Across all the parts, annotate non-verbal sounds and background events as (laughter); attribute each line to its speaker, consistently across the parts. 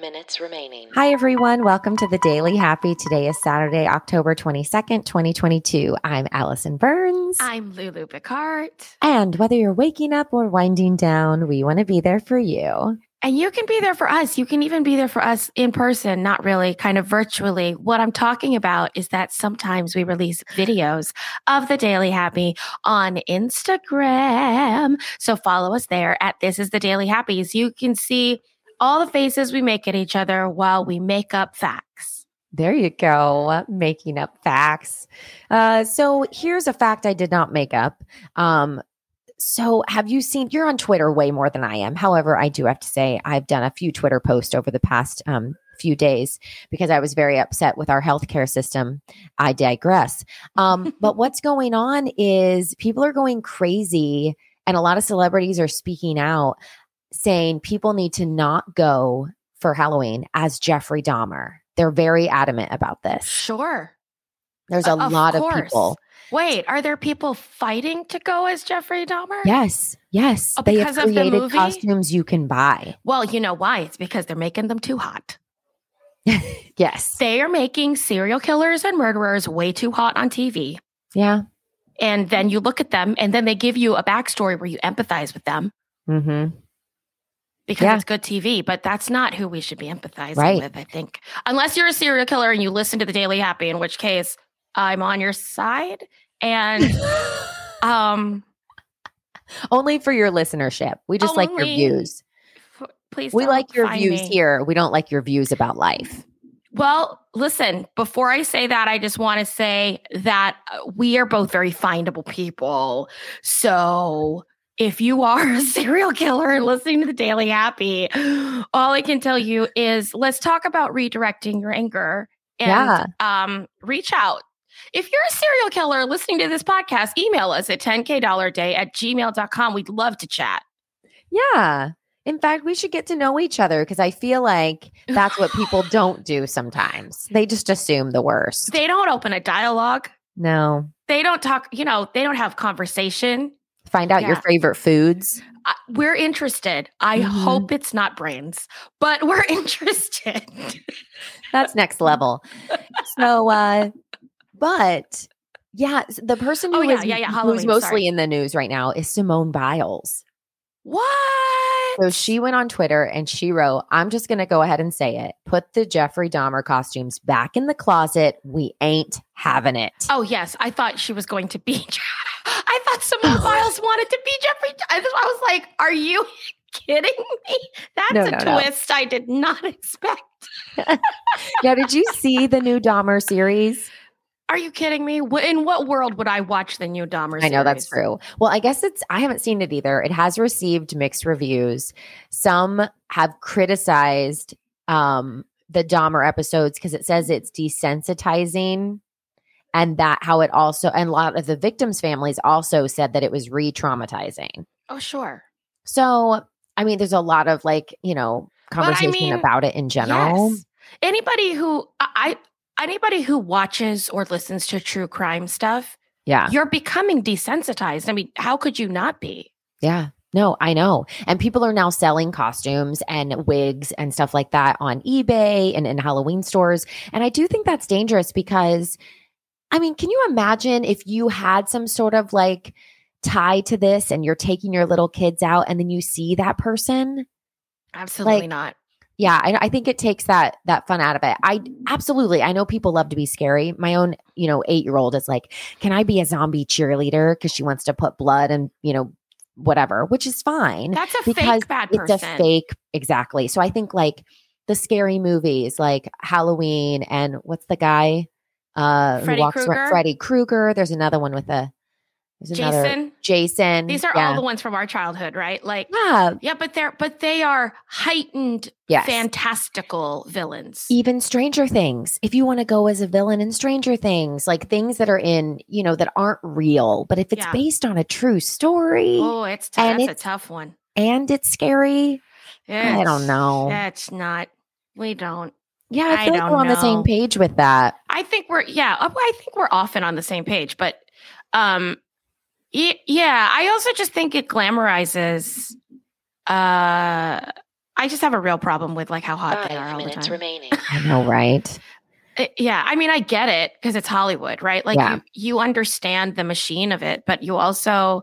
Speaker 1: minutes remaining.
Speaker 2: Hi, everyone. Welcome to the Daily Happy. Today is Saturday, October 22nd, 2022. I'm Allison Burns.
Speaker 3: I'm Lulu Picard.
Speaker 2: and whether you're waking up or winding down, we want to be there for you.
Speaker 3: And you can be there for us. You can even be there for us in person, not really, kind of virtually. What I'm talking about is that sometimes we release videos of the Daily Happy on Instagram. So follow us there at This Is the Daily Happies. You can see all the faces we make at each other while we make up facts.
Speaker 2: There you go, making up facts. Uh, so here's a fact I did not make up. Um, so have you seen? You're on Twitter way more than I am. However, I do have to say I've done a few Twitter posts over the past um, few days because I was very upset with our healthcare system. I digress.
Speaker 3: (laughs)
Speaker 2: Um, but what's going on is people are going crazy, and a lot of celebrities are speaking out, saying people need to not go for Halloween as Jeffrey Dahmer. They're very adamant about this.
Speaker 3: Sure.
Speaker 2: There's a
Speaker 3: O- of
Speaker 2: lot of
Speaker 3: course.
Speaker 2: people.
Speaker 3: Wait, are there people fighting to go as Jeffrey Dahmer?
Speaker 2: Yes, yes.
Speaker 3: Oh,
Speaker 2: they have
Speaker 3: because of the
Speaker 2: created
Speaker 3: movie?
Speaker 2: costumes you can buy.
Speaker 3: Well, you know why? It's because they're making them too hot.
Speaker 2: Yes.
Speaker 3: They are making serial killers and murderers way too hot on TV.
Speaker 2: Yeah.
Speaker 3: And then you look at them and then they give you a backstory where you empathize with them (laughs)
Speaker 2: Mm-hmm.
Speaker 3: because
Speaker 2: Yeah.
Speaker 3: it's good TV, but that's not who we should be empathizing
Speaker 2: Right.
Speaker 3: with, I think. Unless you're a serial killer and you listen to the Daily Happy, in which case I'm on your side.
Speaker 2: (laughs)
Speaker 3: And um
Speaker 2: Only for your listenership. We just like your
Speaker 3: Only-
Speaker 2: views.
Speaker 3: f- please
Speaker 2: We
Speaker 3: don't
Speaker 2: like your
Speaker 3: find
Speaker 2: views
Speaker 3: me.
Speaker 2: here. We don't like your views about life.
Speaker 3: Well, listen, before I say that, I just want to say that uh, we are both very findable people. So if you are a (laughs) serial killer and listening to the Daily Happy, all I can tell you is let's talk about redirecting your anger and
Speaker 2: Yeah.
Speaker 3: um, reach out. If you're a serial killer listening to this podcast, email us at 10kdollarday at gmail.com. We'd love to chat.
Speaker 2: Yeah. In fact, we should get to know each other because I feel like that's what
Speaker 3: (laughs)
Speaker 2: people don't do sometimes. They just assume the worst.
Speaker 3: They don't open a dialogue.
Speaker 2: No.
Speaker 3: They don't talk, you know, they don't have conversation.
Speaker 2: Find out your
Speaker 3: Yeah.
Speaker 2: favorite foods.
Speaker 3: I- we're interested. I
Speaker 2: Mhm.
Speaker 3: hope it's not brains, but (laughs) we're interested.
Speaker 2: That's next level. So, uh, but yeah, s- the person who
Speaker 3: Oh,
Speaker 2: is
Speaker 3: yeah, yeah, yeah,
Speaker 2: who's
Speaker 3: Halloween,
Speaker 2: mostly
Speaker 3: sorry.
Speaker 2: in the news right now is Simone Biles.
Speaker 3: what?
Speaker 2: So she went on Twitter and she wrote, I'm just going to go ahead and say it put the Jeffrey Dahmer costumes back in the closet. We ain't having it.
Speaker 3: Oh yes, I thought she was going to be. (laughs) I
Speaker 2: (laughs)
Speaker 3: thought Simone Biles wanted to be Jeffrey. I was- I was like, "Are you (laughs) kidding me? That's
Speaker 2: No,
Speaker 3: a
Speaker 2: no, no.
Speaker 3: twist I did not (laughs) expect."
Speaker 2: Now, did you see the new Dahmer series?
Speaker 3: Are you kidding me? Wh- In what world would I watch the new Dahmer?
Speaker 2: I know that's
Speaker 3: series?
Speaker 2: true. Well, I guess it's, I haven't seen it either. It has received mixed reviews. Some have criticized um, the Dahmer episodes because it says it's desensitizing and that how it also, and a lot of the victims' families also said that it was re traumatizing.
Speaker 3: Oh sure.
Speaker 2: So, I mean, there's a lot of like, you know,
Speaker 3: I
Speaker 2: conversation
Speaker 3: mean,
Speaker 2: about it in general.
Speaker 3: Yes. Anybody who I I- anybody who watches or listens to true crime stuff
Speaker 2: Yeah.
Speaker 3: you're becoming desensitized. I mean, how could you not be?
Speaker 2: Yeah. No, I know. And people are now selling costumes and wigs and stuff like that on eBay and in Halloween stores. And I do think that's dangerous because, I mean, can you imagine if you had some sort of like tie to this and you're taking your little kids out and then you see that person?
Speaker 3: Absolutely
Speaker 2: Like,
Speaker 3: not.
Speaker 2: Yeah, I, I think it takes that that fun out of it. I absolutely, I know people love to be scary. My own, you know, eight year old is like, "Can I be a zombie cheerleader?" Because she wants to put blood and you know, whatever, which is fine
Speaker 3: That's a
Speaker 2: because
Speaker 3: fake bad
Speaker 2: it's
Speaker 3: person.
Speaker 2: a fake exactly so i think like the scary movies like halloween and what's the guy uh
Speaker 3: Freddy
Speaker 2: who walks
Speaker 3: Krueger?
Speaker 2: around freddy krueger there's another one with a there's another
Speaker 3: Jason,
Speaker 2: jason
Speaker 3: these are
Speaker 2: yeah.
Speaker 3: all the ones from our childhood, right? Like,
Speaker 2: yeah
Speaker 3: yeah, but they're but they are heightened,
Speaker 2: yes
Speaker 3: fantastical villains.
Speaker 2: even stranger things if you want to go as a villain in stranger things like things that are in you know that aren't real but if it's
Speaker 3: Yeah.
Speaker 2: based on a true story
Speaker 3: Oh, it's t-
Speaker 2: And
Speaker 3: that's
Speaker 2: it's-
Speaker 3: a tough one.
Speaker 2: and it's scary i
Speaker 3: It's-
Speaker 2: don't know
Speaker 3: That's not. We don't.
Speaker 2: yeah i
Speaker 3: I
Speaker 2: feel like
Speaker 3: don't
Speaker 2: we're on the same
Speaker 3: know.
Speaker 2: page with that
Speaker 3: I think we're yeah. uh, I think we're often on the same page, but um, y- yeah. I also just think it glamorizes uh I just have a real problem with like how hot they are
Speaker 1: Five
Speaker 3: all the
Speaker 1: minutes (laughs)
Speaker 3: time.
Speaker 1: remaining.
Speaker 2: I know, right?
Speaker 3: Uh, yeah, I mean, I get it because it's Hollywood, right? Like
Speaker 2: Yeah.
Speaker 3: you, you understand the machine of it, but you also,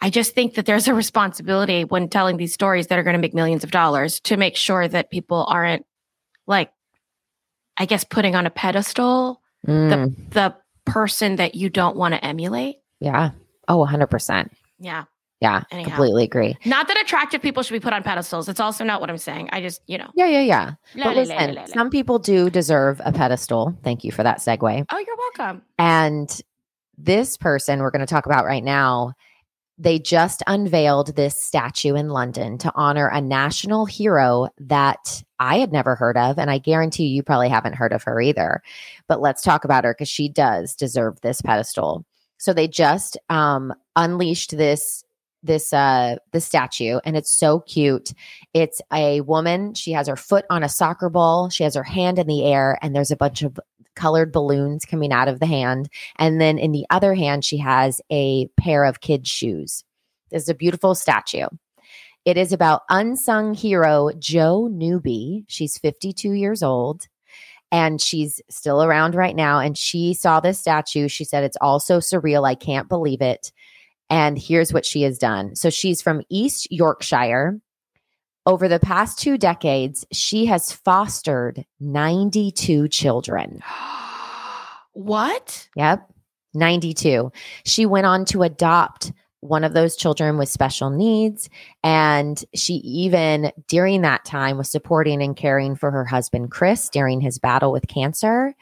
Speaker 3: I just think that there's a responsibility when telling these stories that are going to make millions of dollars to make sure that people aren't like, I guess, putting on a pedestal
Speaker 2: Mm,
Speaker 3: the person that you don't want to emulate.
Speaker 2: yeah. Oh, 100%.
Speaker 3: Yeah.
Speaker 2: Yeah.
Speaker 3: Anyhow.
Speaker 2: Completely agree.
Speaker 3: Not that attractive people should be put on pedestals. It's also not what I'm saying. I just, you know.
Speaker 2: Yeah, yeah, yeah. but
Speaker 3: la, la, la,
Speaker 2: listen,
Speaker 3: la, la, la.
Speaker 2: some people do deserve a pedestal. Thank you for that segue.
Speaker 3: Oh, you're welcome.
Speaker 2: And this person we're going to talk about right now, they just unveiled this statue in London to honor a national hero that I had never heard of. And I guarantee you probably haven't heard of her either. But let's talk about her because she does deserve this pedestal. So they just um, unleashed this this uh this statue and it's so cute it's a woman she has her foot on a soccer ball she has her hand in the air and there's a bunch of colored balloons coming out of the hand. And then in the other hand, she has a pair of kids' shoes. This is a beautiful statue. It is about unsung hero Joe Newby. She's 52 years old and she's still around right now. And she saw this statue. She said, It's all so surreal. I can't believe it. And here's what she has done. So she's from East Yorkshire. Over the past two decades, she has fostered 92 children.
Speaker 3: (gasps) what?
Speaker 2: Yep. 92. She went on to adopt one of those children with special needs. And she even, during that time, was supporting and caring for her husband, Chris, during his battle with cancer.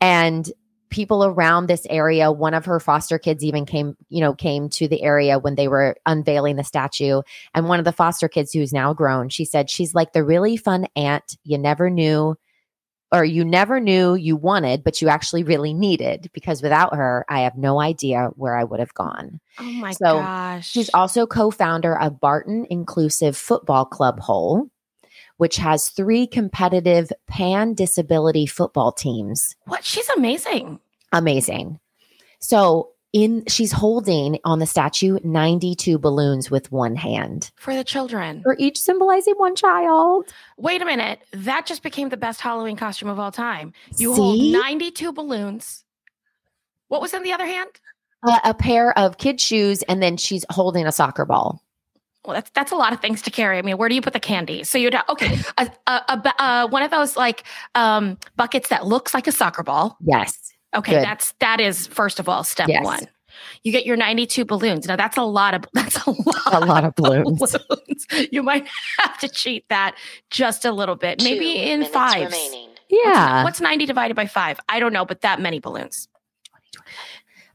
Speaker 2: And people around this area one of her foster kids even came you know came to the area when they were unveiling the statue and one of the foster kids who's now grown she said she's like the really fun aunt you never knew or you never knew you wanted, but you actually really needed, because without her, I have no idea where I would have gone.
Speaker 3: Oh my
Speaker 2: So,
Speaker 3: gosh.
Speaker 2: She's also co founder of Barton Inclusive Football Club Hole, which has three competitive pan disability football teams.
Speaker 3: what? She's amazing.
Speaker 2: Amazing. So, in she's holding on the statue 92 balloons with one hand,
Speaker 3: for the children.
Speaker 2: for each symbolizing one child.
Speaker 3: Wait a minute. That just became the best Halloween costume of all time. You
Speaker 2: See?
Speaker 3: hold 92 balloons. What was in the other hand?
Speaker 2: A- a pair of kid shoes, and then she's holding a soccer ball.
Speaker 3: Well, that's that's a lot of things to carry. I mean, where do you put the candy? So you'd okay,
Speaker 2: (laughs)
Speaker 3: a, a, a, ba- uh, one of those like um, buckets that looks like a soccer ball.
Speaker 2: Yes.
Speaker 3: Okay,
Speaker 2: Good.
Speaker 3: that's that is first of all step
Speaker 2: Yes.
Speaker 3: one. You get your 92 balloons. Now that's a lot of (laughs) that's a lot.
Speaker 2: A lot of (laughs) balloons.
Speaker 3: balloons. You might (laughs) have to cheat that just a little bit, maybe
Speaker 1: Two
Speaker 3: in
Speaker 1: minutes
Speaker 3: fives.
Speaker 1: remaining.
Speaker 3: (laughs) What's-
Speaker 2: Yeah.
Speaker 3: What's, 90 divided by five? I don't know, but that many balloons.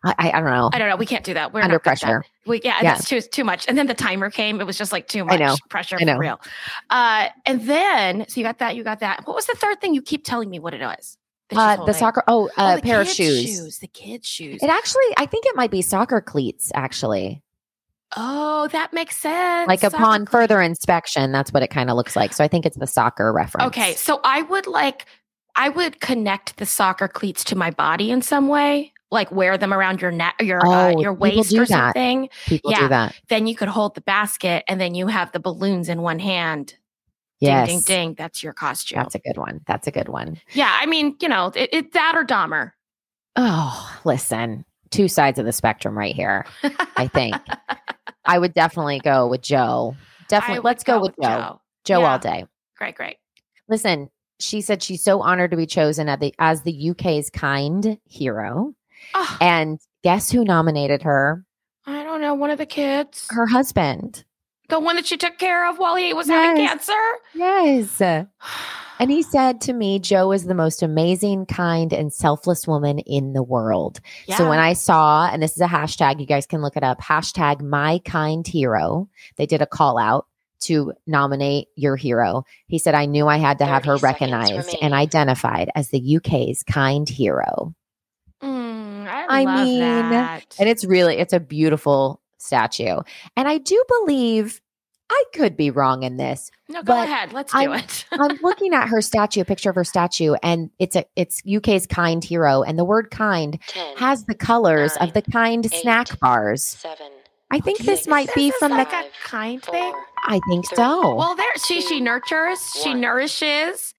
Speaker 2: I, I, I don't know.
Speaker 3: I don't know. We can't do that. We're
Speaker 2: Under
Speaker 3: not good at that.
Speaker 2: pressure.
Speaker 3: We, yeah,
Speaker 2: Yeah.
Speaker 3: that's too too much. And then the timer came. It was just like too
Speaker 2: I
Speaker 3: much
Speaker 2: know.
Speaker 3: pressure
Speaker 2: I know.
Speaker 3: for real. Uh, and then so you got that, you got that. What was the third thing you keep telling me what it was? that she's
Speaker 2: Uh, the
Speaker 3: holding?
Speaker 2: soccer. Oh, a
Speaker 3: Oh, the
Speaker 2: pair of
Speaker 3: kids'
Speaker 2: shoes.
Speaker 3: The kids' shoes.
Speaker 2: It actually, I think it might be soccer cleats. Actually,
Speaker 3: oh, that makes sense.
Speaker 2: like
Speaker 3: Soccer
Speaker 2: upon
Speaker 3: cleats.
Speaker 2: further inspection, that's what it kind of looks like. So I think it's the soccer reference.
Speaker 3: Okay, so I would like I would connect the soccer cleats to my body in some way, like wear them around your neck, your uh,
Speaker 2: Oh,
Speaker 3: your
Speaker 2: people
Speaker 3: waist
Speaker 2: do
Speaker 3: or
Speaker 2: that.
Speaker 3: something.
Speaker 2: people do
Speaker 3: yeah.
Speaker 2: that.
Speaker 3: then you could hold the basket and then you have the balloons in one hand.
Speaker 2: Yes,
Speaker 3: Ding, ding, ding. That's your costume.
Speaker 2: that's a good one. That's a good
Speaker 3: (laughs)
Speaker 2: one.
Speaker 3: yeah. I mean, you know, it, it, that or Dahmer.
Speaker 2: Oh, listen, two sides of the spectrum right here. I think I would definitely go with Joe.
Speaker 3: I
Speaker 2: Definitely,
Speaker 3: would
Speaker 2: let's go, with Joe. Joe, all
Speaker 3: Yeah.
Speaker 2: day.
Speaker 3: Great, great.
Speaker 2: Listen, she said she's so honored to be chosen at the, as the UK's kind hero.
Speaker 3: Oh,
Speaker 2: And guess who nominated her?
Speaker 3: I don't know. One of the kids,
Speaker 2: Her husband.
Speaker 3: the one that she took care of while he was having
Speaker 2: Yes.
Speaker 3: cancer. (sighs)
Speaker 2: Yes. And he said to me, Joe is the most amazing, kind, and selfless woman in the world. So when I saw, and this is a hashtag, you guys can look it up hashtag my kind hero, they did a call out to nominate your hero. He said, I knew I had to have her
Speaker 1: 30 seconds
Speaker 2: recognized and
Speaker 1: remaining.
Speaker 2: identified as the UK's kind hero.
Speaker 3: Mm, I,
Speaker 2: I
Speaker 3: love
Speaker 2: mean,
Speaker 3: that.
Speaker 2: And it's really, it's a beautiful statue. And I do believe I could be wrong in this.
Speaker 3: no, go
Speaker 2: but
Speaker 3: ahead. Let's
Speaker 2: I'm-
Speaker 3: do it. (laughs)
Speaker 2: I'm looking at her statue, a picture of her statue, and it's a it's UK's kind hero. And the word kind
Speaker 1: Ten,
Speaker 2: has the colors of
Speaker 1: Nine,
Speaker 2: the kind
Speaker 1: eight.
Speaker 2: snack bars.
Speaker 1: seven,
Speaker 2: I I think this might be
Speaker 3: This is
Speaker 2: from
Speaker 3: like
Speaker 2: the.
Speaker 3: a kind thing.
Speaker 2: I think so. (laughs)
Speaker 3: Well, there she she nurtures, she
Speaker 1: One.
Speaker 3: nourishes,